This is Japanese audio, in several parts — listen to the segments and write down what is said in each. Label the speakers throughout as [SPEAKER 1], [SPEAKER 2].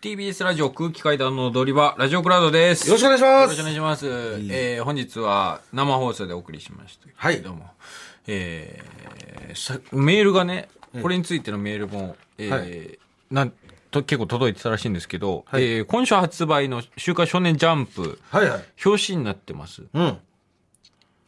[SPEAKER 1] TBS ラジオ空気階段の踊り場、ラジオクラウドです。
[SPEAKER 2] よろしくお願いし
[SPEAKER 1] よ
[SPEAKER 2] ま
[SPEAKER 1] ろしくお願い
[SPEAKER 2] す。
[SPEAKER 1] します。えー本日は生放送でお送りしました。
[SPEAKER 2] はい
[SPEAKER 1] どうも。えーさメールがね、これについてのメールも、えー
[SPEAKER 2] は
[SPEAKER 1] なんと結構届いてたらしいんですけど、
[SPEAKER 2] はい
[SPEAKER 1] えー今週発売の週刊少年ジャンプ、
[SPEAKER 2] はいはい。
[SPEAKER 1] 表紙になってます、
[SPEAKER 2] うん。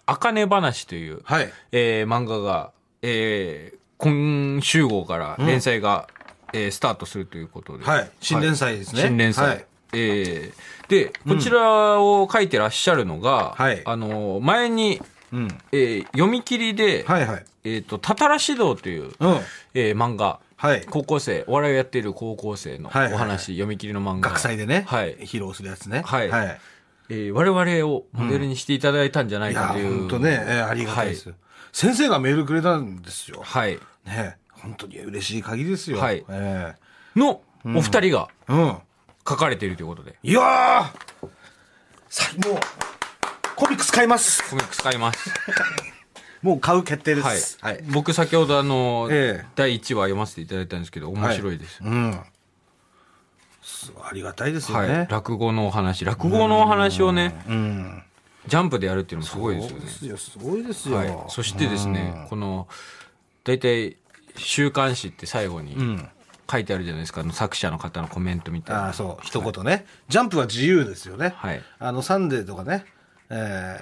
[SPEAKER 1] あかね話という、
[SPEAKER 2] はい。
[SPEAKER 1] えー漫画が、えー今週号から連載が、えースタートするということで。
[SPEAKER 2] はい新連載ですね
[SPEAKER 1] 新連載。
[SPEAKER 2] はい
[SPEAKER 1] えーで、こちらを書いてらっしゃるのが、
[SPEAKER 2] はい
[SPEAKER 1] あのー、前に、
[SPEAKER 2] うん。
[SPEAKER 1] えー読み切りで、
[SPEAKER 2] はいはい。
[SPEAKER 1] えっ、と、たたら指導という、
[SPEAKER 2] うん。
[SPEAKER 1] えー漫画、
[SPEAKER 2] はい
[SPEAKER 1] 高校生、お笑いをやっている高校生のお
[SPEAKER 2] はいは
[SPEAKER 1] 話、
[SPEAKER 2] いはい
[SPEAKER 1] 読み切りの漫画。
[SPEAKER 2] 学祭でね、
[SPEAKER 1] はい。
[SPEAKER 2] 披露するやつね。
[SPEAKER 1] はい
[SPEAKER 2] はい。
[SPEAKER 1] えー我々をモデルにしていただいたんじゃない
[SPEAKER 2] いや、
[SPEAKER 1] かという。
[SPEAKER 2] 本当ね、えーありがたいです。先生がメールくれたんですよ。
[SPEAKER 1] はい。はい。
[SPEAKER 2] ね、本当に嬉しい限りですよ。
[SPEAKER 1] はい
[SPEAKER 2] え
[SPEAKER 1] の、お二人が
[SPEAKER 2] えうん。
[SPEAKER 1] 書かれているということで。
[SPEAKER 2] いやーさもう、コミックス買います。
[SPEAKER 1] コミックス買います。
[SPEAKER 2] もう買う決定で
[SPEAKER 1] はい
[SPEAKER 2] す。。はい。
[SPEAKER 1] 僕先ほどあの、
[SPEAKER 2] ええ
[SPEAKER 1] 第1話読ませていただいたんですけど、面白いです。
[SPEAKER 2] うん。すごいありがたいですよ
[SPEAKER 1] はい。
[SPEAKER 2] ね。
[SPEAKER 1] 落語のお話。落語のお話をね、ジャンプでやるっていうのもすごいです
[SPEAKER 2] そう
[SPEAKER 1] よ
[SPEAKER 2] で
[SPEAKER 1] ね。
[SPEAKER 2] すよ、すごいですよ。
[SPEAKER 1] はい。そしてですね、この、大体、週刊誌って最後に書いてあるじゃないですか、あの作者の方のコメントみたい
[SPEAKER 2] あ
[SPEAKER 1] な
[SPEAKER 2] あ、。そう、一言ね、ジャンプは自由ですよね。
[SPEAKER 1] はい
[SPEAKER 2] あの、サンデーとかね、え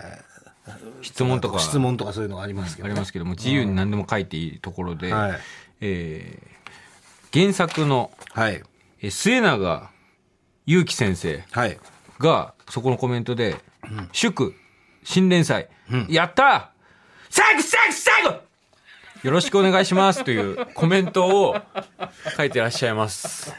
[SPEAKER 1] 質問と
[SPEAKER 2] ー、
[SPEAKER 1] か。
[SPEAKER 2] 質問とかそういうのがありますけ
[SPEAKER 1] あ
[SPEAKER 2] ど、
[SPEAKER 1] り
[SPEAKER 2] ね。
[SPEAKER 1] ますけども、自由に何でも書いていいところで、
[SPEAKER 2] はい
[SPEAKER 1] えー原作の、
[SPEAKER 2] はい。
[SPEAKER 1] えー末永祐樹先生。
[SPEAKER 2] はい。
[SPEAKER 1] が、そこのコメントで、祝、新連載、やったー最後最後最後よろしくお願いしますというコメントを書いてらっしゃいます。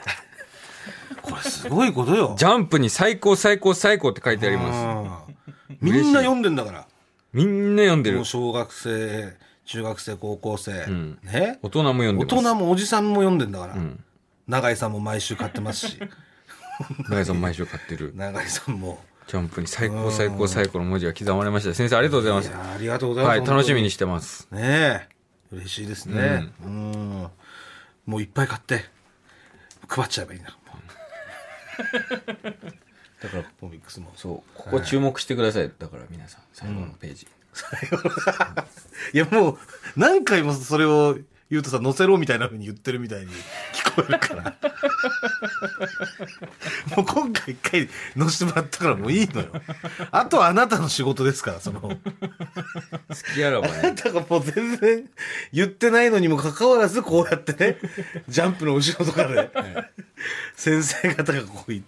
[SPEAKER 2] これすごいこと よ。
[SPEAKER 1] ジャンプに最高最高最高って書いてあります。
[SPEAKER 2] うんみんな読んでんだから。
[SPEAKER 1] みんな読んで
[SPEAKER 2] も
[SPEAKER 1] る
[SPEAKER 2] う。小学生、中学生、高校生、ね。
[SPEAKER 1] 大人も読んで
[SPEAKER 2] 大
[SPEAKER 1] ます。
[SPEAKER 2] 人もおじさんも読んでんだから。永井さんも毎週買ってま すし、
[SPEAKER 1] 大さん毎週買ってる。
[SPEAKER 2] 永井さんも。
[SPEAKER 1] ジャンプに最高最高最高の文字が刻まれました。先生ありがとうございま
[SPEAKER 2] い
[SPEAKER 1] す
[SPEAKER 2] や。ーありがとうございます。
[SPEAKER 1] はい、
[SPEAKER 2] 本当
[SPEAKER 1] 楽しみにしてます。
[SPEAKER 2] ねえ嬉しいですねうんもういっぱい買って配っちゃえばいいな もうだからコミックスも
[SPEAKER 1] そう、ここ注目してください。だから皆さん、最後のページ。
[SPEAKER 2] いやもう何回もそれを言うとさ載せろみたいなふうに言ってるみたいに聞こえるから もう今回一回載せてもらったからもういいのよあとはあなたの仕事ですからその
[SPEAKER 1] 好きやらば
[SPEAKER 2] あ
[SPEAKER 1] ね
[SPEAKER 2] な。たがもう全然言ってないのにもかかわらずこうやっ てねジャンプの後ろとかで先生方がこうい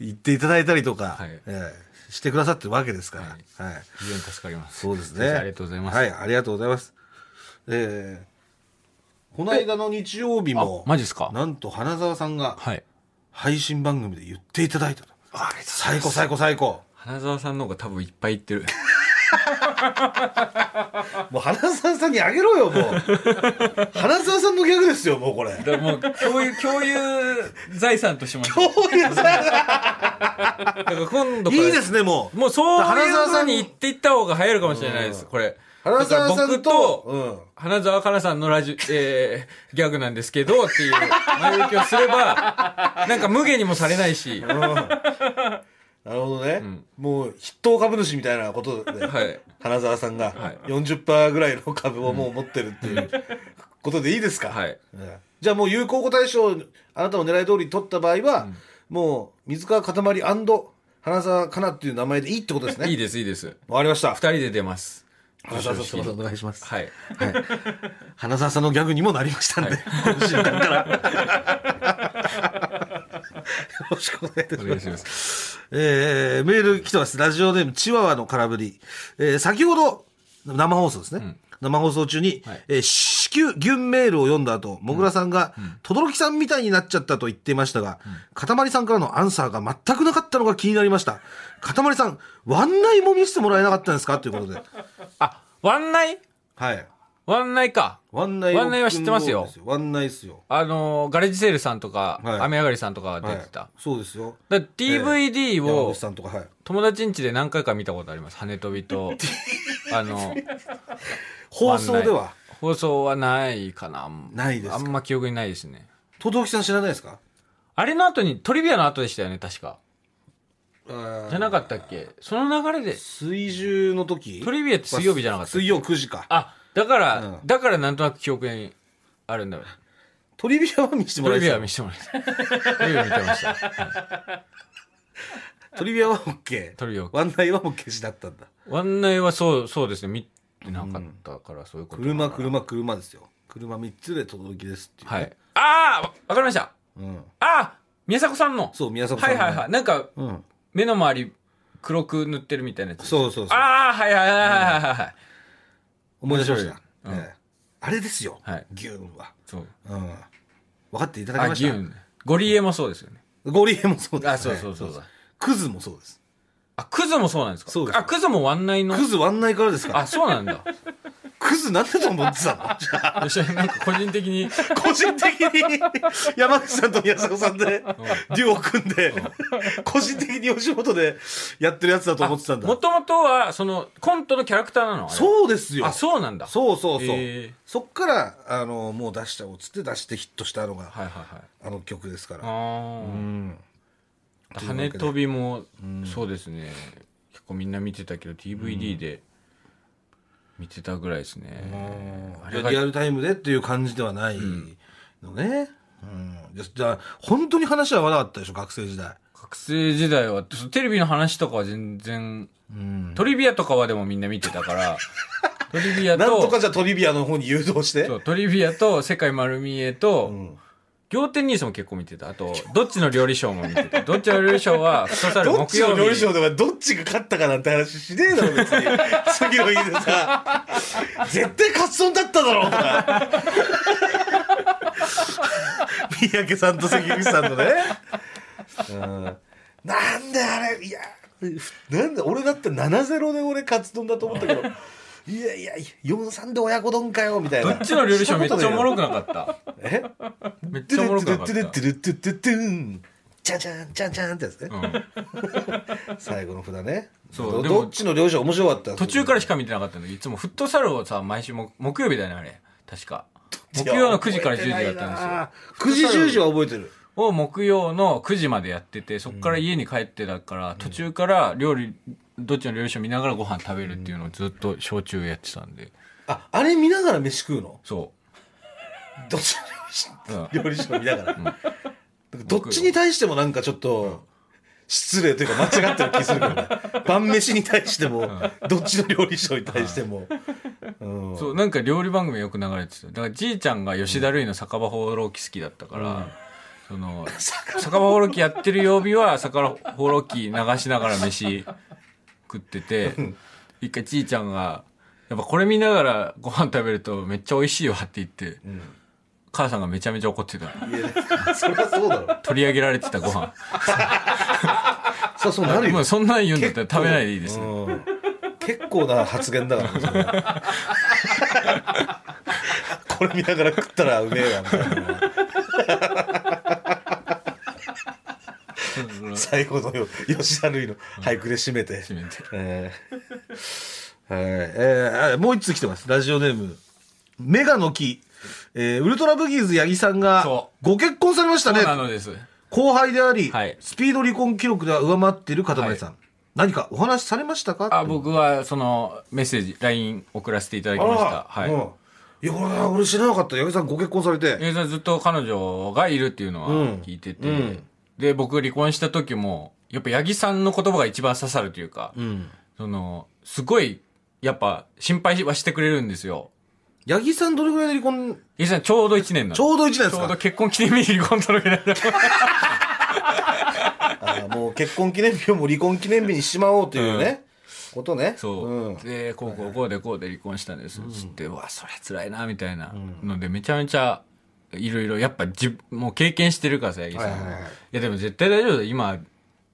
[SPEAKER 2] 言っていただいたりとか、
[SPEAKER 1] はい
[SPEAKER 2] ええしてくださってるわけですから、はい
[SPEAKER 1] 非常に助かります。
[SPEAKER 2] そうです
[SPEAKER 1] 先
[SPEAKER 2] ね
[SPEAKER 1] 生ありがとうございます。
[SPEAKER 2] はいありがとうございますえーこの間の日曜日も
[SPEAKER 1] あマジっすか
[SPEAKER 2] なんと花澤さんが
[SPEAKER 1] はい。
[SPEAKER 2] 配信番組で言っていただいたと
[SPEAKER 1] あれ
[SPEAKER 2] 最高最高最高
[SPEAKER 1] 花澤さんの方が多分いっぱい言ってる。
[SPEAKER 2] もう花澤さんにあげろ よもう花澤さんのギャグですよもうこれ
[SPEAKER 1] だからもう共有、共有財産としましょう。
[SPEAKER 2] そういうさ
[SPEAKER 1] だから今度から。
[SPEAKER 2] いいですね、もう。
[SPEAKER 1] もうそう
[SPEAKER 2] 花
[SPEAKER 1] いう
[SPEAKER 2] 澤さ
[SPEAKER 1] 風
[SPEAKER 2] ん
[SPEAKER 1] に言っていった方が流行るかもしれないです、これ。
[SPEAKER 2] 花澤さ
[SPEAKER 1] だ
[SPEAKER 2] ん
[SPEAKER 1] から僕
[SPEAKER 2] と、
[SPEAKER 1] と、
[SPEAKER 2] うん。
[SPEAKER 1] 花澤香菜さんのラジ、えー、ギャグなんですけどっていう前置きをすれば、 なんか無限にもされないし、
[SPEAKER 2] なるほどね。もう、筆頭株主みたいなことで、
[SPEAKER 1] はい
[SPEAKER 2] 花澤さんが
[SPEAKER 1] はい
[SPEAKER 2] 40%ぐらいの株をもう持ってるっていうことでいいですか、
[SPEAKER 1] はい
[SPEAKER 2] うんじゃあもう有効語大賞、あなたの狙い通り取った場合は、もう、水川かたまり花澤香菜っていう名前でいいってことですね。
[SPEAKER 1] いいです、いいです。
[SPEAKER 2] わかりました
[SPEAKER 1] 二。人で出ます。
[SPEAKER 2] 花澤さん、お願いします。
[SPEAKER 1] はい。
[SPEAKER 2] 花澤さんのギャグにもなりましたんで、今週だから。 よろしくお願いいたし
[SPEAKER 1] お
[SPEAKER 2] ま
[SPEAKER 1] 願い
[SPEAKER 2] す。
[SPEAKER 1] します。
[SPEAKER 2] えー、メール来てます。ラジオネーム、チワワの空振り。えー、先ほど、生放送ですね。生放送中に、
[SPEAKER 1] はい
[SPEAKER 2] えー、至急、ギュンメールを読んだ後、もぐらさんが、轟、さんみたいになっちゃったと言っていましたが、かたまりさんからのアンサーが全くなかったのが気になりました。かたまりさん、ワンナイも見せてもらえなかったんですかということで。
[SPEAKER 1] あ、ワンナイ
[SPEAKER 2] はい。
[SPEAKER 1] ワンナイか。
[SPEAKER 2] ワンナイを
[SPEAKER 1] ワンナイは知ってますよ
[SPEAKER 2] 組んでるんです。ワンナイですよ。
[SPEAKER 1] あのー、ガレージセールさんとか、
[SPEAKER 2] はい
[SPEAKER 1] 雨上がりさんとか
[SPEAKER 2] は
[SPEAKER 1] 出
[SPEAKER 2] い
[SPEAKER 1] てた。
[SPEAKER 2] そうですよ。
[SPEAKER 1] だから DVD
[SPEAKER 2] 山
[SPEAKER 1] を
[SPEAKER 2] 口さんとか、はい。
[SPEAKER 1] 友達ん家で何回か見たことあります。羽飛び と。あの、
[SPEAKER 2] 放送では、
[SPEAKER 1] 放送はないかな。
[SPEAKER 2] ないですか
[SPEAKER 1] あんま記憶にないですね。
[SPEAKER 2] 轟さん知らないですか
[SPEAKER 1] あれの後に、トリビアの後でしたよね、確か。
[SPEAKER 2] あー
[SPEAKER 1] じゃなかったっけその流れで、
[SPEAKER 2] 水10の時
[SPEAKER 1] トリビアって水曜日じゃなかったっけ
[SPEAKER 2] 水曜9時か。
[SPEAKER 1] あ、だから、
[SPEAKER 2] うん
[SPEAKER 1] だからなんとなく記憶にあるんだろう。
[SPEAKER 2] トリビアは見せても
[SPEAKER 1] ト
[SPEAKER 2] ら
[SPEAKER 1] リ
[SPEAKER 2] い
[SPEAKER 1] ビアは
[SPEAKER 2] た。
[SPEAKER 1] い見せてもらいたい。 トリビア見てました。
[SPEAKER 2] トリビアは OK。
[SPEAKER 1] トリビアは OK
[SPEAKER 2] ワンナイは OK しだったんだ。
[SPEAKER 1] 案内はそう、そうですね。見てなかったから、そういうことなのか
[SPEAKER 2] 車、
[SPEAKER 1] な。
[SPEAKER 2] 車、車ですよ。車3つで届きですっていう。
[SPEAKER 1] はい。ああわかりました。
[SPEAKER 2] うん。
[SPEAKER 1] ああ宮迫さんの。
[SPEAKER 2] そう、宮迫さ
[SPEAKER 1] は
[SPEAKER 2] ん
[SPEAKER 1] い
[SPEAKER 2] の。
[SPEAKER 1] はいはい。なんか、
[SPEAKER 2] うん。
[SPEAKER 1] 目の周り黒く塗ってるみたいなやつ。
[SPEAKER 2] そうそうそう。
[SPEAKER 1] ああ、はいはいはいはいはいはい。
[SPEAKER 2] 思い出しました。
[SPEAKER 1] うん
[SPEAKER 2] ええあれですよ
[SPEAKER 1] はい。
[SPEAKER 2] ギューンは。
[SPEAKER 1] そう。
[SPEAKER 2] うん。分かっていただけ
[SPEAKER 1] あ、
[SPEAKER 2] ま
[SPEAKER 1] ギ
[SPEAKER 2] し
[SPEAKER 1] ュン。ゴリエもそうですよね。
[SPEAKER 2] た。ゴリエもそうですね。
[SPEAKER 1] あ、そうそうそうそう。
[SPEAKER 2] クズもそうです。
[SPEAKER 1] あ、クズもそうなんですか
[SPEAKER 2] そうです
[SPEAKER 1] あ、クズも湾内の。
[SPEAKER 2] クズワンナイからですから
[SPEAKER 1] あ、。そうなんだ。
[SPEAKER 2] クズなんだと思ってたのじゃあ
[SPEAKER 1] 私はなんか個人的に。
[SPEAKER 2] 個人的に山口さんと宮迫さんでデュオ組んで個人的に吉本でやってるやつだと思ってたんだ
[SPEAKER 1] もともとは、その、コントのキャラクターなのあれ
[SPEAKER 2] そうですよ
[SPEAKER 1] あ、そうなんだ。
[SPEAKER 2] そうそうそう、
[SPEAKER 1] へー
[SPEAKER 2] そっからあのもう出しちゃおうっつって出してヒットしたのが、
[SPEAKER 1] はいはいはい。
[SPEAKER 2] あの曲ですから
[SPEAKER 1] あ
[SPEAKER 2] う
[SPEAKER 1] あ。
[SPEAKER 2] ん
[SPEAKER 1] 羽飛びも、そうですね。結構みんな見てたけど、DVD で見てたぐらいですね。あれが
[SPEAKER 2] リアルタイムでっていう感じではないのね、うんじゃあ本当に話は合わなかったでしょ学生時代
[SPEAKER 1] 学生時代は、そうテレビの話とかは全然、
[SPEAKER 2] うん
[SPEAKER 1] トリビアとかはでもみんな見てた から、トリビア
[SPEAKER 2] なんと
[SPEAKER 1] と
[SPEAKER 2] か、じゃあトリビアの方に誘導して
[SPEAKER 1] そうトリビアと、世界丸見えと、仰天ニュースも結構見てた。あと、どっちの料理ショーも見てた。どっちの料理ショーは、フットサル
[SPEAKER 2] どっ
[SPEAKER 1] 木
[SPEAKER 2] ち
[SPEAKER 1] 曜
[SPEAKER 2] の
[SPEAKER 1] 日。
[SPEAKER 2] 料理賞ではどっちが勝ったかなんて話しねえだろ別に 次の日でさ絶対カツ丼だっただろうとか 三宅さんと関口さんのね、うん、なんであれいやなんで俺だって7-0で俺カツ丼だと思ったけどいやいや4-3で親子丼かよみたい
[SPEAKER 1] ど
[SPEAKER 2] な
[SPEAKER 1] っちの料理ショーめっちゃおもろくなかった。
[SPEAKER 2] え
[SPEAKER 1] めっ
[SPEAKER 2] ト
[SPEAKER 1] ちゃ
[SPEAKER 2] ゥ
[SPEAKER 1] お
[SPEAKER 2] ル
[SPEAKER 1] もろ
[SPEAKER 2] ッ
[SPEAKER 1] く
[SPEAKER 2] トゥ
[SPEAKER 1] なかった。
[SPEAKER 2] ルットゥルットゥルットゥルットゥルットゥンチャンチャンチャンチャンってやつね
[SPEAKER 1] うん
[SPEAKER 2] 最後の札ね
[SPEAKER 1] そう
[SPEAKER 2] ど
[SPEAKER 1] でも
[SPEAKER 2] どっちの両者面白かった
[SPEAKER 1] 途中からしか見てなかったんだけど、いつもフットサルをさ、毎週も木曜日だよね、あれ。確か。木曜の9時から10時だったんですよ。
[SPEAKER 2] 9時10時は覚えてる
[SPEAKER 1] を木曜の9時までやってて、そこから家に帰ってだから、途中から料理、どっちの料理しを見ながらご飯食べるっていうのをずっと小中やってたんで。
[SPEAKER 2] ああれ見ながら飯食うの
[SPEAKER 1] そ
[SPEAKER 2] どっち
[SPEAKER 1] う。うん
[SPEAKER 2] の料理師の見ながら、なんかどっちに対してもなんかちょっと失礼というか間違ってる気するけどね晩飯に対しても、どっちの料理師に対しても、 うん
[SPEAKER 1] そう、なんか料理番組よく流れてた。だからじいちゃんが吉田類の酒場放浪記好きだったから、そ の、酒場放浪記やってる曜日は、酒場放浪記流しながら飯食ってて、一回じいちゃんが、やっぱこれ見ながらご飯食べるとめっちゃ美味しいわって言って、母さんがめちゃめちゃ怒ってた。
[SPEAKER 2] いやそりゃそうだろ
[SPEAKER 1] 取り上げられてたご飯。
[SPEAKER 2] そりゃそうなるよ
[SPEAKER 1] もうそんなん言うんだったら食べないでいいですね。
[SPEAKER 2] うん結構な発言だからね それこれ見ながら食ったらうめえわみたいなのは最後のよ吉田類の俳句で締めて、
[SPEAKER 1] 締めて
[SPEAKER 2] えーはいえーあもう一つ来てますラジオネームメガの木、えーウルトラブギーズ八木さんが
[SPEAKER 1] そ
[SPEAKER 2] ご結婚されました
[SPEAKER 1] そう
[SPEAKER 2] ね
[SPEAKER 1] なのです。
[SPEAKER 2] 後輩であり、
[SPEAKER 1] はい
[SPEAKER 2] スピード離婚記録では上回っている片前さん、何かお話しされましたか
[SPEAKER 1] あ、僕はそのメッセージ、LINE 送らせていただきました。
[SPEAKER 2] あ
[SPEAKER 1] はい。
[SPEAKER 2] らうんいや、これは俺知らなかった。八木さんご結婚されて。
[SPEAKER 1] えーずっと彼女がいるっていうのは
[SPEAKER 2] うん
[SPEAKER 1] 聞いてて、
[SPEAKER 2] うん
[SPEAKER 1] で、僕離婚した時も、やっぱ八木さんの言葉が一番刺さるというか、
[SPEAKER 2] うん。
[SPEAKER 1] その、すごい、やっぱ心配はしてくれるんですよ。
[SPEAKER 2] 八木さんどれぐらいで離婚
[SPEAKER 1] 八木さんちょうど1年なの。
[SPEAKER 2] ちょうど1年です
[SPEAKER 1] ちょうど
[SPEAKER 2] か
[SPEAKER 1] 結婚記念日に離婚届けられた。
[SPEAKER 2] あもう結婚記念日をもう離婚記念日にしまおう というね、ことね。
[SPEAKER 1] そう、
[SPEAKER 2] ん
[SPEAKER 1] でこうこうこうでこうで離婚したんですっつって、うわそれ辛いなみたいなのでめちゃめちゃいろいろやっぱじもう経験してるからさ八木さんは,、
[SPEAKER 2] はい
[SPEAKER 1] い
[SPEAKER 2] はいはい
[SPEAKER 1] やでも絶対大丈夫だよ今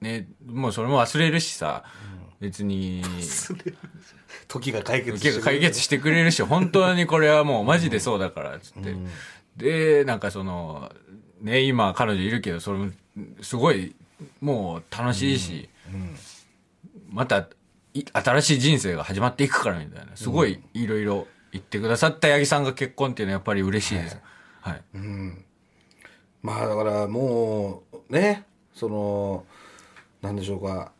[SPEAKER 1] ねもうそれも忘れるしさ、別に
[SPEAKER 2] 時が解決して
[SPEAKER 1] 結構解決してくれるし本当にこれはもうマジでそうだからっつって、でなんかそのね今彼女いるけどそれもすごいもう楽しいし、またい新しい人生が始まっていくからみたいなすごいいろいろ言ってくださった八木さんが結婚っていうのはやっぱり嬉しいです、はい
[SPEAKER 2] うん。まあだからもうねそのなんでしょうか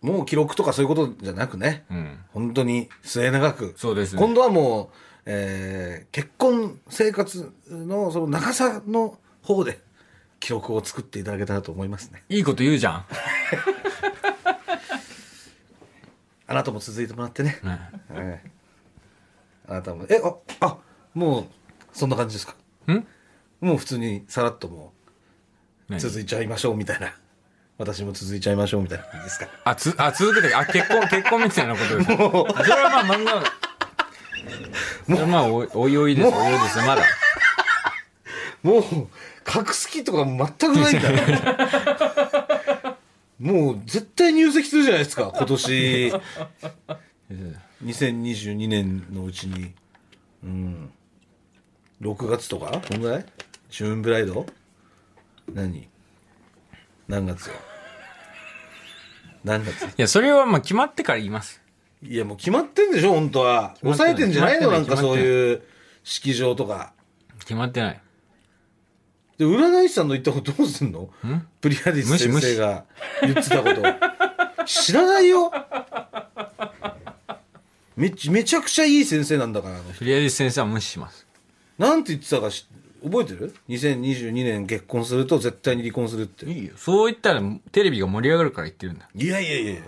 [SPEAKER 2] もう記録とかそういうことじゃなくね、
[SPEAKER 1] うん
[SPEAKER 2] 本当に末永く
[SPEAKER 1] そうですね
[SPEAKER 2] 今度はもう、えー結婚生活のその長さの方で記録を作っていただけたらと思いますね
[SPEAKER 1] いいこと言うじゃ ん。
[SPEAKER 2] あなたも続いてもらってね、
[SPEAKER 1] ね
[SPEAKER 2] ええあなたもえああもうそんな感じですか
[SPEAKER 1] ん
[SPEAKER 2] もう普通にさらっともう
[SPEAKER 1] 何
[SPEAKER 2] 続いちゃいましょうみたいな私も続いちゃいましょうみたいな感じですか
[SPEAKER 1] あ、つ、あ、続けて、あ、結婚、結婚みたいなことです。それはまあ、漫画。それはまあ、おいおいおいです、おいおいです、まだ。
[SPEAKER 2] もう隠す気とか全くないんだねもう絶対入籍するじゃないですか今年2022年のうちにうん6月とかこんぐらいジューンブライド何何月よ何月
[SPEAKER 1] いや、それはまあ、決まってから言います。
[SPEAKER 2] いやもう決まってんでしょ本当は
[SPEAKER 1] まって
[SPEAKER 2] 抑
[SPEAKER 1] ない
[SPEAKER 2] えてんじゃない
[SPEAKER 1] 決
[SPEAKER 2] のな
[SPEAKER 1] まっ
[SPEAKER 2] ん
[SPEAKER 1] てな
[SPEAKER 2] か
[SPEAKER 1] い
[SPEAKER 2] そういう式場とか
[SPEAKER 1] 決まってない。
[SPEAKER 2] で占い師さんの言ったことどうすんのプリアディス先
[SPEAKER 1] 無視無
[SPEAKER 2] 生
[SPEAKER 1] 視
[SPEAKER 2] が言ってたこと知らないよめちめちゃくちゃいい先生なんだからあの人
[SPEAKER 1] とりあえず先生は無視します。
[SPEAKER 2] なんて言ってたかし覚えてる ?2022 年結婚すると絶対に離婚するって
[SPEAKER 1] いいよ。そう言ったら、テレビが盛り上がるから言ってるんだ。
[SPEAKER 2] いやいやいやいや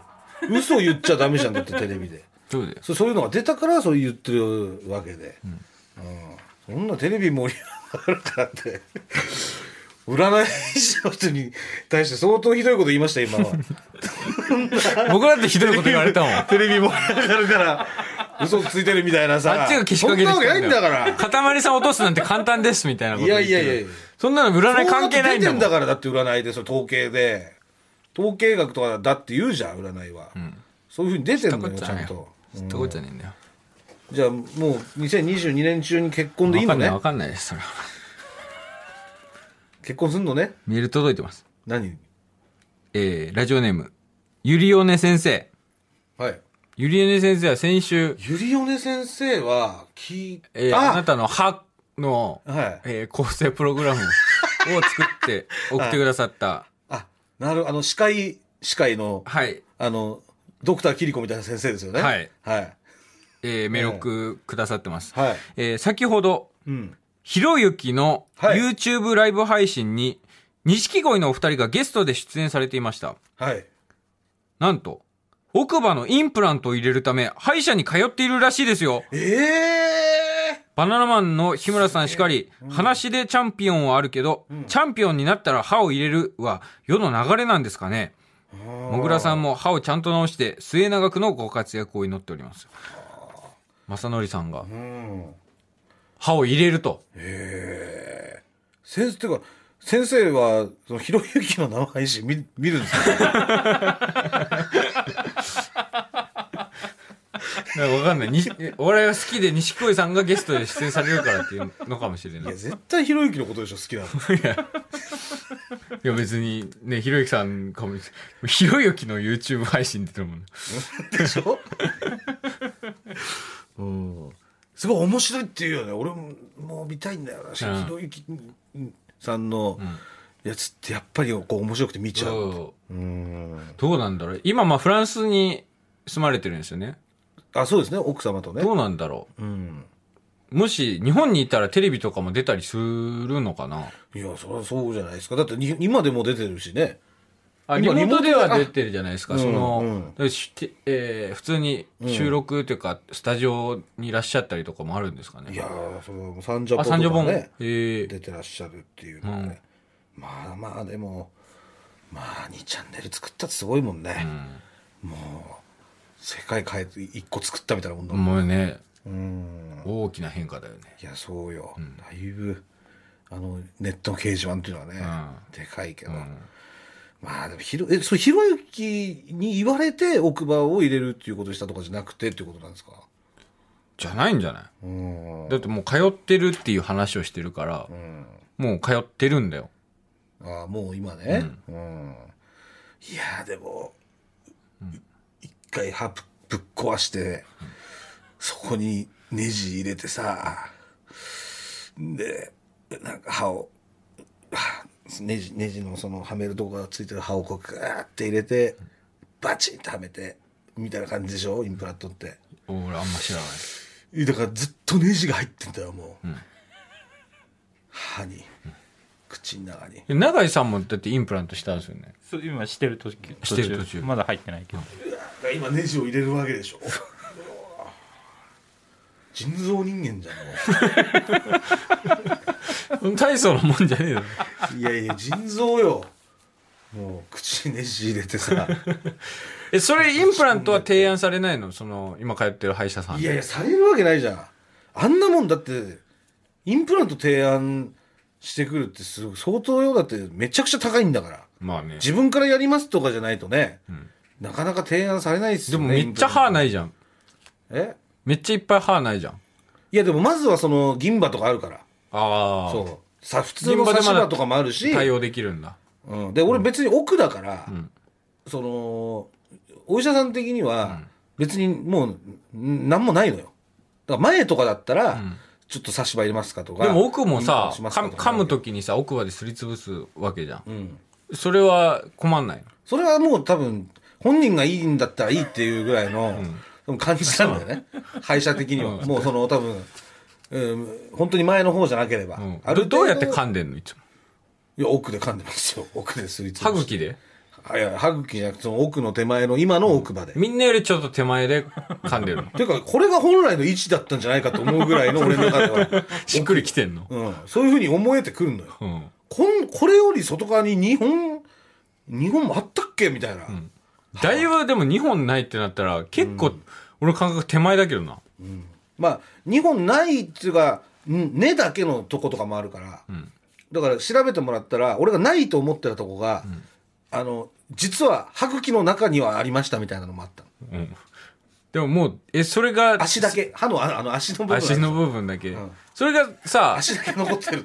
[SPEAKER 2] 嘘言っちゃダメじゃんだってテレビで
[SPEAKER 1] そうだよ。
[SPEAKER 2] そそういうのが出たからそう言ってるわけで、うんそんなテレビ盛り上がるからって 占い師の人に対して相当ひどいこと言いました 今は
[SPEAKER 1] 僕だってひどいこと言われたもん。あ
[SPEAKER 2] テレビ盛り上がるから嘘ついてるみたいなさ
[SPEAKER 1] っちが消しかけてきた
[SPEAKER 2] そんなわけないんだから
[SPEAKER 1] かたまりさん落とすなんて簡単です、みたいなこと言ってる。
[SPEAKER 2] いやいやいやいや
[SPEAKER 1] そんなの占い関係ないんだ
[SPEAKER 2] そ
[SPEAKER 1] もん。
[SPEAKER 2] うって出てんだからだって占いでそれ統計で統計学とかだって言うじゃん占いは、そういうふうに出て
[SPEAKER 1] 知
[SPEAKER 2] る
[SPEAKER 1] った
[SPEAKER 2] の
[SPEAKER 1] こっ
[SPEAKER 2] よち
[SPEAKER 1] ちゃ
[SPEAKER 2] ゃ
[SPEAKER 1] ねえ
[SPEAKER 2] ん
[SPEAKER 1] よ
[SPEAKER 2] と。
[SPEAKER 1] 知ったこっちゃねえんだよ。
[SPEAKER 2] じゃあもう2022年中に結婚でいい
[SPEAKER 1] わか
[SPEAKER 2] の
[SPEAKER 1] んない、
[SPEAKER 2] ね
[SPEAKER 1] わかんないです、それは。
[SPEAKER 2] 結婚すんのね
[SPEAKER 1] メール届いてます。
[SPEAKER 2] 何
[SPEAKER 1] えー、ラジオネーム、ゆりおね先生。
[SPEAKER 2] はい
[SPEAKER 1] ゆりおね先生は先週、
[SPEAKER 2] ゆりおね先生は聞い
[SPEAKER 1] えー、あなたの歯の、
[SPEAKER 2] はい
[SPEAKER 1] えー構成プログラムを作 って送ってくださった、
[SPEAKER 2] あなるあの司会司会の
[SPEAKER 1] はい、
[SPEAKER 2] あのドクターキリコみたいな先生ですよね
[SPEAKER 1] はい
[SPEAKER 2] はい
[SPEAKER 1] えー、メールを送くださってます。
[SPEAKER 2] はい
[SPEAKER 1] えー、先ほど、
[SPEAKER 2] うん
[SPEAKER 1] ひろゆきの
[SPEAKER 2] はい
[SPEAKER 1] YouTube ライブ配信に、錦鯉のお二人がゲストで出演されていました。
[SPEAKER 2] はい
[SPEAKER 1] なんと、奥歯のインプラントを入れるため、歯医者に通っているらしいですよ。
[SPEAKER 2] ええ
[SPEAKER 1] バナナマンの日村さんしかり、話でチャンピオンはあるけど、チャンピオンになったら歯を入れるは世の流れなんですかね。もぐらさんも歯をちゃんと直して、末永くのご活躍を祈っております。正則さんが
[SPEAKER 2] ー、うん
[SPEAKER 1] 歯を入れると。
[SPEAKER 2] 先生っていうか先生はそのひろゆきの生配信見見るんですか
[SPEAKER 1] なんかわかんない。にお笑いが好きで錦鯉さんがゲストで出演されるからっていうのかもしれ
[SPEAKER 2] い
[SPEAKER 1] ない。
[SPEAKER 2] や
[SPEAKER 1] い
[SPEAKER 2] 絶対ひろゆきのことでしょ好きなの
[SPEAKER 1] や別にね、ひろゆきさんかもしれない。ひろゆきの YouTube 配信って言ってるもんね。
[SPEAKER 2] でし ょうんすごい面白いっていうよね俺ももう見たいんだよな、ひろゆきさんのやつってやっぱりこう面白くて見ちゃう
[SPEAKER 1] そう
[SPEAKER 2] うん
[SPEAKER 1] どうなんだろう今、まあ、フランスに住まれてるんですよね。
[SPEAKER 2] あそうですね奥様とね
[SPEAKER 1] どうなんだろ
[SPEAKER 2] うん
[SPEAKER 1] うもし、日本にいたらテレビとかも出たりするのかない
[SPEAKER 2] やそりゃそうじゃないですかだってに今でも出てるしね
[SPEAKER 1] あ、リ
[SPEAKER 2] 今
[SPEAKER 1] モートで
[SPEAKER 2] リモート
[SPEAKER 1] は
[SPEAKER 2] で
[SPEAKER 1] 出てるじゃないですか。
[SPEAKER 2] うん
[SPEAKER 1] そ
[SPEAKER 2] うん
[SPEAKER 1] の、だしえー普通に収録というか、スタジオにいらっしゃったりとかもあるんですかね。
[SPEAKER 2] いやーそれはもうサンジャ
[SPEAKER 1] あ、
[SPEAKER 2] ポ
[SPEAKER 1] 三条
[SPEAKER 2] とか
[SPEAKER 1] 本。
[SPEAKER 2] ね
[SPEAKER 1] えー
[SPEAKER 2] 出てらっしゃるっていうのはね、まあまあでもまあ2チャンネル作ったってすごいもんね、もう世界変えて1個作ったみたいなもんだもん、
[SPEAKER 1] もうね、
[SPEAKER 2] うん
[SPEAKER 1] 大きな変化だよね。
[SPEAKER 2] いやそうよ、だいぶあのネットの掲示板っていうのはね、でかいけど、まあでもひろえそうひろゆきに言われて奥歯を入れるっていうことをしたとかじゃなくてっていうことなんですか
[SPEAKER 1] じゃないんじゃない
[SPEAKER 2] うん
[SPEAKER 1] だってもう通ってるっていう話をしてるから、
[SPEAKER 2] うん
[SPEAKER 1] もう通ってるんだよ。
[SPEAKER 2] ああもう今ね、うんいやーでも、い一回歯ぶぶっ壊して、そこにネジ入れてさでなんか歯をネジネジのそのはめるとこがついてる刃をこうガーって入れてバチンってはめてみたいな感じでしょインプラントって
[SPEAKER 1] 俺あんま知らない
[SPEAKER 2] だからずっとネジが入ってんだよもう、歯に口の中に
[SPEAKER 1] え永井さんもだってインプラントしたんですよね
[SPEAKER 3] そう今してる途中
[SPEAKER 1] してる途中
[SPEAKER 3] まだ入ってないけど
[SPEAKER 2] 今ネジを入れるわけでしょ人造人間じゃんも
[SPEAKER 1] 大層なもんじゃねえだろ
[SPEAKER 2] ういやいや人造よもう口にネジ入れてさ
[SPEAKER 1] えそれインプラントは提案されないのその今通ってる歯医者さん
[SPEAKER 2] い
[SPEAKER 1] に
[SPEAKER 2] やいやされるわけないじゃんあんなもんだってインプラント提案してくるってすごい相当よだってめちゃくちゃ高いんだから
[SPEAKER 1] まあね
[SPEAKER 2] 自分からやりますとかじゃないとね、なかなか提案されないっす
[SPEAKER 1] で
[SPEAKER 2] よ
[SPEAKER 1] も
[SPEAKER 2] ね
[SPEAKER 1] めっちゃ歯ないいじゃん
[SPEAKER 2] え
[SPEAKER 1] めっちゃいっぱい歯ないじゃん
[SPEAKER 2] いやでもまずはその銀歯とかあるから
[SPEAKER 1] ああ
[SPEAKER 2] そうさ普通の差し歯とかもあるし
[SPEAKER 1] 対応できるんだ
[SPEAKER 2] うん、で俺別に奥だから、そのお医者さん的には別にもうん何もないのよだから前とかだったら、ちょっと差し歯入れますかとか
[SPEAKER 1] でも奥もさ
[SPEAKER 2] します
[SPEAKER 1] 噛
[SPEAKER 2] か
[SPEAKER 1] む
[SPEAKER 2] とか
[SPEAKER 1] 噛む時にさ奥歯ですりつぶすわけじゃん
[SPEAKER 2] うん、
[SPEAKER 1] それは困んない
[SPEAKER 2] それはもう多分本人がいいんだったらいいっていうぐらいの、多分感じなんだよね歯医者的には、もうその多分、うん、本当に前の方じゃなければ、
[SPEAKER 1] の、
[SPEAKER 2] あ
[SPEAKER 1] うん、ど
[SPEAKER 2] る
[SPEAKER 1] どうやって
[SPEAKER 2] か
[SPEAKER 1] 噛んでんのいつも
[SPEAKER 2] いや奥で噛んでますよ奥ですりつぶ
[SPEAKER 1] 歯
[SPEAKER 2] し
[SPEAKER 1] 茎
[SPEAKER 2] て
[SPEAKER 1] で
[SPEAKER 2] あいや歯茎じゃなくてその奥の手前の今の奥歯で、
[SPEAKER 1] みんなよりちょっと手前で噛 んでるの
[SPEAKER 2] ていうか、これが本来の位置だったんじゃないかと思うぐらいの俺の中で は、
[SPEAKER 1] しっくりきてんの
[SPEAKER 2] うん、そういうふうに思えてくるのよ。
[SPEAKER 1] うん
[SPEAKER 2] こん、これより外側に日本、日本もあったっけみたいな。
[SPEAKER 1] だいぶでも2本ないってなったら結構、俺の感覚手前だけどな
[SPEAKER 2] まあ、日本ないっていうか、ん根だけのとことかもあるから、
[SPEAKER 1] ん
[SPEAKER 2] だから調べてもらったら、俺がないと思ってたとこが、あの、実は歯茎の中にはありましたみたいなのもあったの。
[SPEAKER 1] うんでももうえそれが
[SPEAKER 2] 足だけ、歯の、あのあの足の部分。
[SPEAKER 1] 足の部分だけ、
[SPEAKER 2] ん
[SPEAKER 1] それがさ
[SPEAKER 2] 足だけ残っ てる。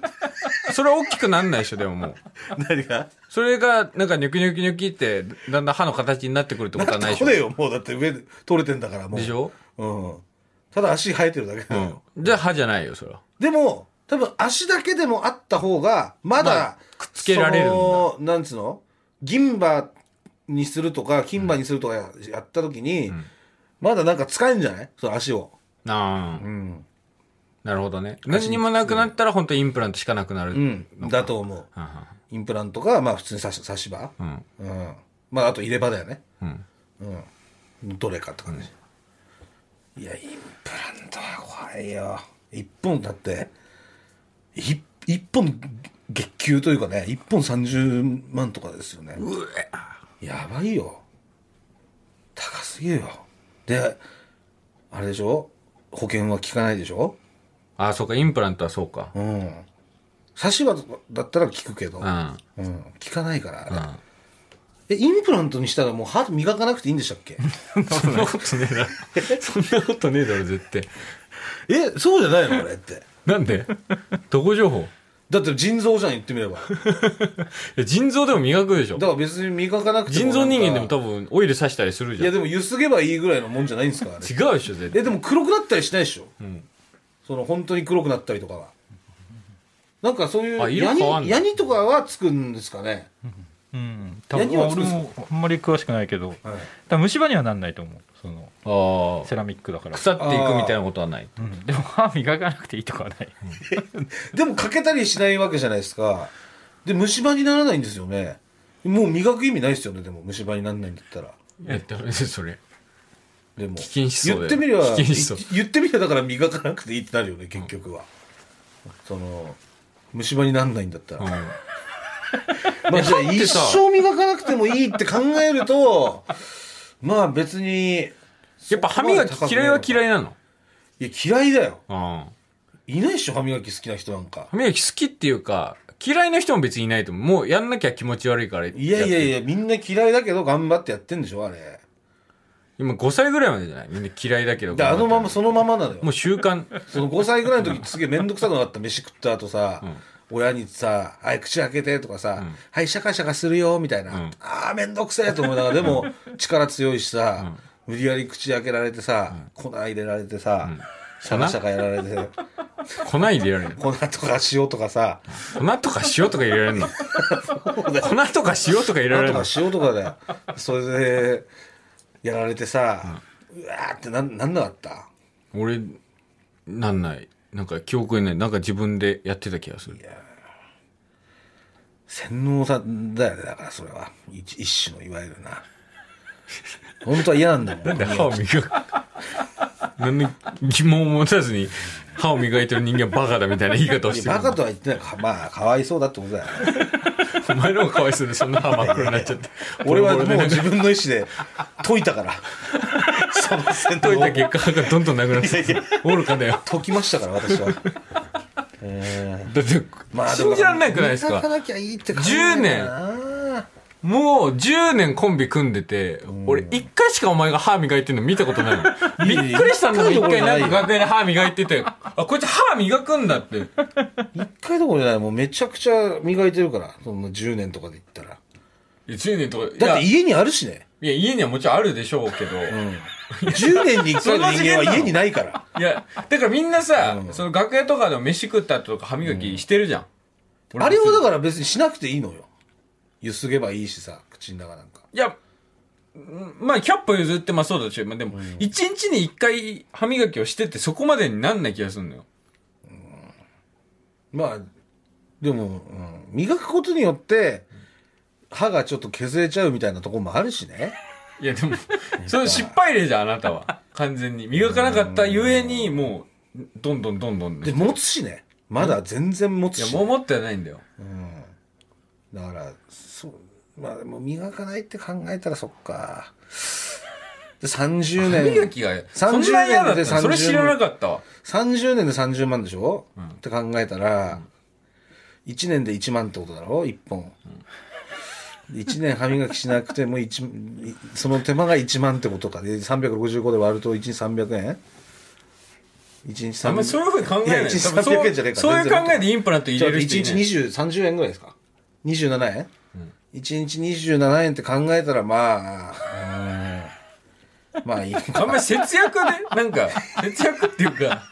[SPEAKER 1] それは大きくなんないでしょでももう
[SPEAKER 2] 何が
[SPEAKER 1] それがなんかニョキニョキニョキってだんだん歯の形になってくるってことはないでしょ
[SPEAKER 2] 取れよ、もうだって上で取れてんだから、もう。
[SPEAKER 1] でしょ、
[SPEAKER 2] うん。ただ足生えてるだけだよ。
[SPEAKER 1] うん、じゃあ歯じゃないよそれは
[SPEAKER 2] でも、多分足だけでもあった方が、
[SPEAKER 1] ま
[SPEAKER 2] ま
[SPEAKER 1] あ
[SPEAKER 2] だ、
[SPEAKER 1] くっつけられるんだ
[SPEAKER 2] そのなんつうの銀歯にするとか、金歯にするとかややった時に、まだなんか使えんじゃないその足を。
[SPEAKER 1] ああ
[SPEAKER 2] うん。
[SPEAKER 1] なるほどね何にもなくなったら本当インプラントしかなくなる、
[SPEAKER 2] うん。だと思う。
[SPEAKER 1] は
[SPEAKER 2] インプラントか、まあ普通に差し差し歯。
[SPEAKER 1] んはん
[SPEAKER 2] うん。まああと入れ歯だよね。
[SPEAKER 1] うん
[SPEAKER 2] うん。どれかって感じ。いや、インプラントは怖いよ。一本だって、い一本月給というかね、一本30万とかですよね。
[SPEAKER 1] うえ
[SPEAKER 2] やばいよ。高すぎるよ。で、あれでしょ保険は効かないでしょ
[SPEAKER 1] ああそうかインプラントはそうか
[SPEAKER 2] うん。差し歯だったら効くけど、
[SPEAKER 1] う、
[SPEAKER 2] うんん。
[SPEAKER 1] あ
[SPEAKER 2] 効かないから、あれえ、インプラントにしたらもう歯磨かなくていいんでしたっけ
[SPEAKER 1] そんなことねえだろそんなことねえだろ絶対
[SPEAKER 2] え、そうじゃないのあれって。
[SPEAKER 1] なんでどこ情報
[SPEAKER 2] だって腎臓じゃん言ってみれば。
[SPEAKER 1] いや腎臓でも磨くでしょ
[SPEAKER 2] だから別に磨かなくて
[SPEAKER 1] 腎
[SPEAKER 2] も
[SPEAKER 1] 臓人間でも
[SPEAKER 2] 多
[SPEAKER 1] 多分オイル刺したりする
[SPEAKER 2] 分い
[SPEAKER 1] じゃ
[SPEAKER 2] や
[SPEAKER 1] ん
[SPEAKER 2] でもゆすげばいいぐらいのもんじゃないんです かあれ
[SPEAKER 1] 違うでしょ絶対
[SPEAKER 2] えでも黒くなったりしないでしょ、その本当に黒くなったりとかはなんかそういう
[SPEAKER 1] あ色
[SPEAKER 2] ヤ
[SPEAKER 1] 変わんの
[SPEAKER 2] ニヤニとかはつくんですかね
[SPEAKER 3] うん
[SPEAKER 2] ヤニはつくん
[SPEAKER 3] 俺
[SPEAKER 2] ですか
[SPEAKER 3] もあんまり詳しくないけど、
[SPEAKER 2] はい
[SPEAKER 3] 多分虫歯にはなんないと思うその
[SPEAKER 1] あ
[SPEAKER 3] セラミックだから、
[SPEAKER 1] 腐っていくみたいなことはない
[SPEAKER 3] うんでも歯磨かなくていいとかはない
[SPEAKER 2] でもかけたりしないわけじゃないですかで虫歯にならないんですよねもう磨く意味ないですよねでも虫歯にならないんだったら
[SPEAKER 1] えダメですそれ
[SPEAKER 2] でも
[SPEAKER 1] 危険思想だよ
[SPEAKER 2] 言ってみれば
[SPEAKER 1] 危険思想
[SPEAKER 2] い言ってみればだから磨かなくていいってなるよね結局は、その虫歯にならないんだったら、まあじゃあ
[SPEAKER 1] って
[SPEAKER 2] 一
[SPEAKER 1] さ
[SPEAKER 2] 生磨かなくてもいいって考え ると、まあ別に、
[SPEAKER 1] やっぱ歯磨き嫌いは嫌いなの
[SPEAKER 2] いや嫌いだよ。
[SPEAKER 1] うん
[SPEAKER 2] いないでしょ、歯磨き好きな人なんか
[SPEAKER 1] 歯。磨き好きっていうか嫌いな人も別にいないと思うもうやんなきゃ気持ち悪いからやってる
[SPEAKER 2] いやいやいや、みんな嫌いだけど頑張ってやってんでしょ、あれ。
[SPEAKER 1] 今5歳ぐらいまでじゃないみんな嫌いだけど
[SPEAKER 2] で、あのまま、そのままなのよ
[SPEAKER 1] も。う習慣
[SPEAKER 2] その5歳ぐらいの時すげえ面倒くさくなかった、飯食った後さ、親にさ、はい、口開けてとかさ、はい、シャカシャカするよ、みたいな。
[SPEAKER 1] ん
[SPEAKER 2] ああ、面倒くせえと思いながら、でも、力強いしさ、無理やり口開けられてさ、粉入れられてさ、シャカシャカやられて、
[SPEAKER 1] 粉入れられる
[SPEAKER 2] 粉とか塩とかさ、
[SPEAKER 1] 粉とか塩とか入れられるの粉とか塩とか入れら
[SPEAKER 2] 粉
[SPEAKER 1] れる
[SPEAKER 2] と
[SPEAKER 1] の
[SPEAKER 2] か塩とかだよ。それで、やられてさ、うわーってなん、なんなかった
[SPEAKER 1] 俺なんないなんか記憶にないなんか自分でやってた気がする
[SPEAKER 2] 洗脳さんだよね、だからそれは。一一種の、いわゆるな。本当は嫌なんだもん。
[SPEAKER 1] なんで歯を磨くなんで疑問を持たずに歯を磨いてる人間はバカだみたいな言い方をしてる
[SPEAKER 2] バカとは言ってないかまあかわいそうだっ てことだよ
[SPEAKER 1] お前の方がかわいそうでそんな歯真っ黒になっちゃって
[SPEAKER 2] 俺はも
[SPEAKER 1] ボ
[SPEAKER 2] う
[SPEAKER 1] ロボロで
[SPEAKER 2] 自分の意思で解いたから その戦
[SPEAKER 1] 解
[SPEAKER 2] 闘
[SPEAKER 1] い
[SPEAKER 2] を
[SPEAKER 1] た結果歯がどんどんなくなって愚かだよ
[SPEAKER 2] 解きましたから私はえ
[SPEAKER 1] だって、
[SPEAKER 2] ーまあでも
[SPEAKER 1] 信じられないくないです
[SPEAKER 2] 磨か
[SPEAKER 1] か
[SPEAKER 2] なきゃいいって考え
[SPEAKER 1] 10
[SPEAKER 2] た
[SPEAKER 1] 年
[SPEAKER 2] な
[SPEAKER 1] もう10年コンビ組んでて、俺1回しかお前が歯磨いてんの見たことないの。
[SPEAKER 2] いやい
[SPEAKER 1] びっ
[SPEAKER 2] や
[SPEAKER 1] くりしたんだもん、
[SPEAKER 2] 一回
[SPEAKER 1] 1
[SPEAKER 2] も
[SPEAKER 1] 回な
[SPEAKER 2] ないよ
[SPEAKER 1] んか楽屋で歯磨いてて、あ、こいつ歯磨くんだって。
[SPEAKER 2] 一回どころじゃないもうめちゃくちゃ磨いてるからその10年とかで言ったら
[SPEAKER 1] いや10年とか、
[SPEAKER 2] だっ
[SPEAKER 1] い
[SPEAKER 2] て
[SPEAKER 1] や
[SPEAKER 2] 家にあるしね
[SPEAKER 1] いや家にはもちろんあるでしょうけど、
[SPEAKER 2] 10年に1回の人間
[SPEAKER 1] そんな次元な
[SPEAKER 2] は
[SPEAKER 1] の
[SPEAKER 2] 家にないから
[SPEAKER 1] いや、だからみんなさ、
[SPEAKER 2] うん
[SPEAKER 1] その楽屋とかでも飯食った後とか歯磨きしてるじゃん。俺も
[SPEAKER 2] あれをだから別にしなくていいのよゆすげばいいしさ口の中なんか
[SPEAKER 1] いや、うんまあ100歩譲ってまあそうだし、まあでも、1日に1回歯磨きをしてってそこまでになんない気がするのよ。
[SPEAKER 2] まあでも、うん、磨くことによって歯がちょっと削れちゃうみたいなところもあるしね
[SPEAKER 1] いやで も、その失敗例じゃん、あなたは。完全に。磨かなかったゆえに、もう、どんどんどんどんね。
[SPEAKER 2] で
[SPEAKER 1] い
[SPEAKER 2] 持つしねまだ全然持つ
[SPEAKER 1] や、
[SPEAKER 2] し、
[SPEAKER 1] もう持ってはないんだよ。
[SPEAKER 2] だからそうまあでも磨かないって考えたらそっかで
[SPEAKER 1] 歯
[SPEAKER 2] 30
[SPEAKER 1] 磨
[SPEAKER 2] 年
[SPEAKER 1] きが、そん
[SPEAKER 2] 30
[SPEAKER 1] な嫌だっ
[SPEAKER 2] 年で
[SPEAKER 1] たのそれ知らなかったわ。
[SPEAKER 2] 30年で30万でしょ、って考えたら、一1年で1万ってことだろ1本、一1年歯磨きしなくても一その手間が1万ってことかで365で割ると1日300円1日300
[SPEAKER 1] あんまりそういうふうに考えない
[SPEAKER 2] や
[SPEAKER 1] い。
[SPEAKER 2] 一日
[SPEAKER 1] 多分そう
[SPEAKER 2] 300円じゃねえか
[SPEAKER 1] そういう
[SPEAKER 2] 全然
[SPEAKER 1] 考えでインプラント入れる人い
[SPEAKER 2] 1日
[SPEAKER 1] ない。
[SPEAKER 2] 2030円ぐらいですか27円、1日27円って考えたらまあうんまあいい
[SPEAKER 1] あんまり節約で、なんか、節約っていうか、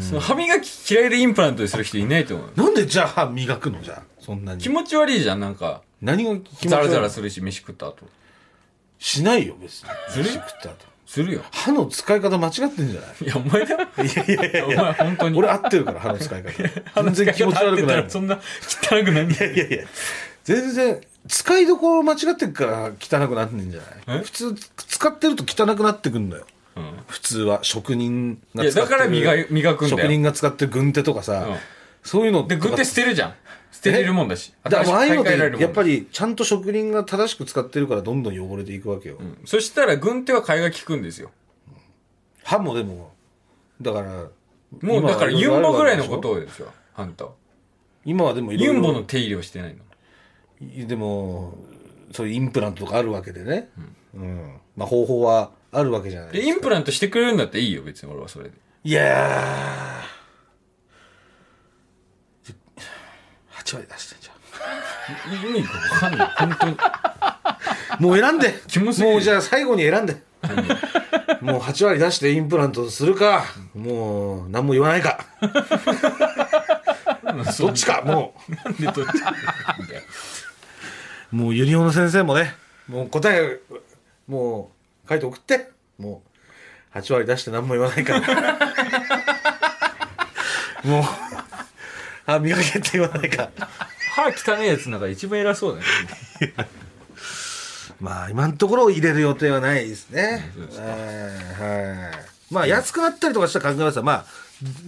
[SPEAKER 1] その歯磨き嫌いでインプラントにする人いないと思う。
[SPEAKER 2] なんでじゃあ歯磨くのじゃあそんなに
[SPEAKER 1] 気持ち悪いじゃん、なんか。
[SPEAKER 2] 何が気持ち
[SPEAKER 1] ザラ
[SPEAKER 2] 悪
[SPEAKER 1] ザラ
[SPEAKER 2] い
[SPEAKER 1] するし、飯食った後。
[SPEAKER 2] しないよ別に
[SPEAKER 1] する
[SPEAKER 2] 飯食った後
[SPEAKER 1] するよ。
[SPEAKER 2] 歯の使い方間違ってんじゃない
[SPEAKER 1] いや、お前だよ。
[SPEAKER 2] いやいや
[SPEAKER 1] お前本当に。
[SPEAKER 2] 俺合ってるから歯の使い方全然気持ち悪くないもん
[SPEAKER 1] そんな汚くないんだよ。
[SPEAKER 2] いやいや全然使いどころ間違ってるから汚くなってんじゃない
[SPEAKER 1] え
[SPEAKER 2] 普通使ってると汚くなってくんだよ普通は職人が使ってる
[SPEAKER 1] いやだから磨い磨くんだよ
[SPEAKER 2] 職人が使ってる軍手とかさ、
[SPEAKER 1] うん
[SPEAKER 2] そういうの
[SPEAKER 1] で、軍手捨てるじゃん。捨てれるもんだし。
[SPEAKER 2] だからもうああいうのっ
[SPEAKER 1] 買い替えられるもんだ
[SPEAKER 2] てやっぱりちゃんと職人が正しく使ってるからどんどん汚れていくわけよ、
[SPEAKER 1] うんそしたら軍手は買いが効くんですよ。
[SPEAKER 2] 歯もでもだから
[SPEAKER 1] もうだからユンボぐらいのこと
[SPEAKER 2] を
[SPEAKER 1] をですよ、あんたは。
[SPEAKER 2] 今はでもいろい
[SPEAKER 1] ユ
[SPEAKER 2] ろ
[SPEAKER 1] ンボの手入れをしてないの。
[SPEAKER 2] でもそういうインプラントとかあるわけでね、うんまあ、方法はあるわけじゃない
[SPEAKER 1] で、インプラントしてくれるんだっていいよ、別に俺はそれで。
[SPEAKER 2] いやー8割出してんじゃ
[SPEAKER 1] 意味がわかんない。本当に。
[SPEAKER 2] んもう選んで
[SPEAKER 1] 気持ち悪い
[SPEAKER 2] もうじゃあ最後に選ん でもう8割出してインプラントするかもう何も言わないかどっちかも
[SPEAKER 1] なんでどっちなんだよ。
[SPEAKER 2] うもうユニオンの先生もねもう答えもう書いて送ってもう8割出して何も言わないから もう歯磨けって言わないか
[SPEAKER 1] 歯汚いやつなんか一番偉そうだね。
[SPEAKER 2] まあ今のところ入れる予定はないですね
[SPEAKER 1] そうです。
[SPEAKER 2] はいはい。まあ安くなったりとかしたら考えますよまあ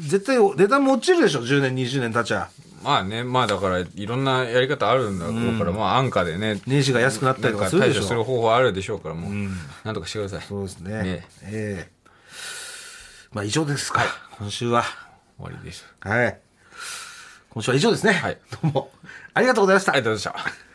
[SPEAKER 2] 絶対値段も落ちるでしょ。10年20年経っちゃ。
[SPEAKER 1] まあね、まあだから、いろんなやり方あるんだろうから、まあ安価でね、
[SPEAKER 2] 年始が安くなった
[SPEAKER 1] な
[SPEAKER 2] り
[SPEAKER 1] ん
[SPEAKER 2] と
[SPEAKER 1] か
[SPEAKER 2] かする
[SPEAKER 1] 対
[SPEAKER 2] でし
[SPEAKER 1] 処す
[SPEAKER 2] ょ。
[SPEAKER 1] る方法あるでしょうから、もう、なんとかしてください。
[SPEAKER 2] そうですね。
[SPEAKER 1] ね
[SPEAKER 2] ええまあ以上ですか。今週は
[SPEAKER 1] 終わりです。
[SPEAKER 2] はい。今週は以上ですね。
[SPEAKER 1] はい
[SPEAKER 2] どうもありがとうございました
[SPEAKER 1] あり。がとうございました。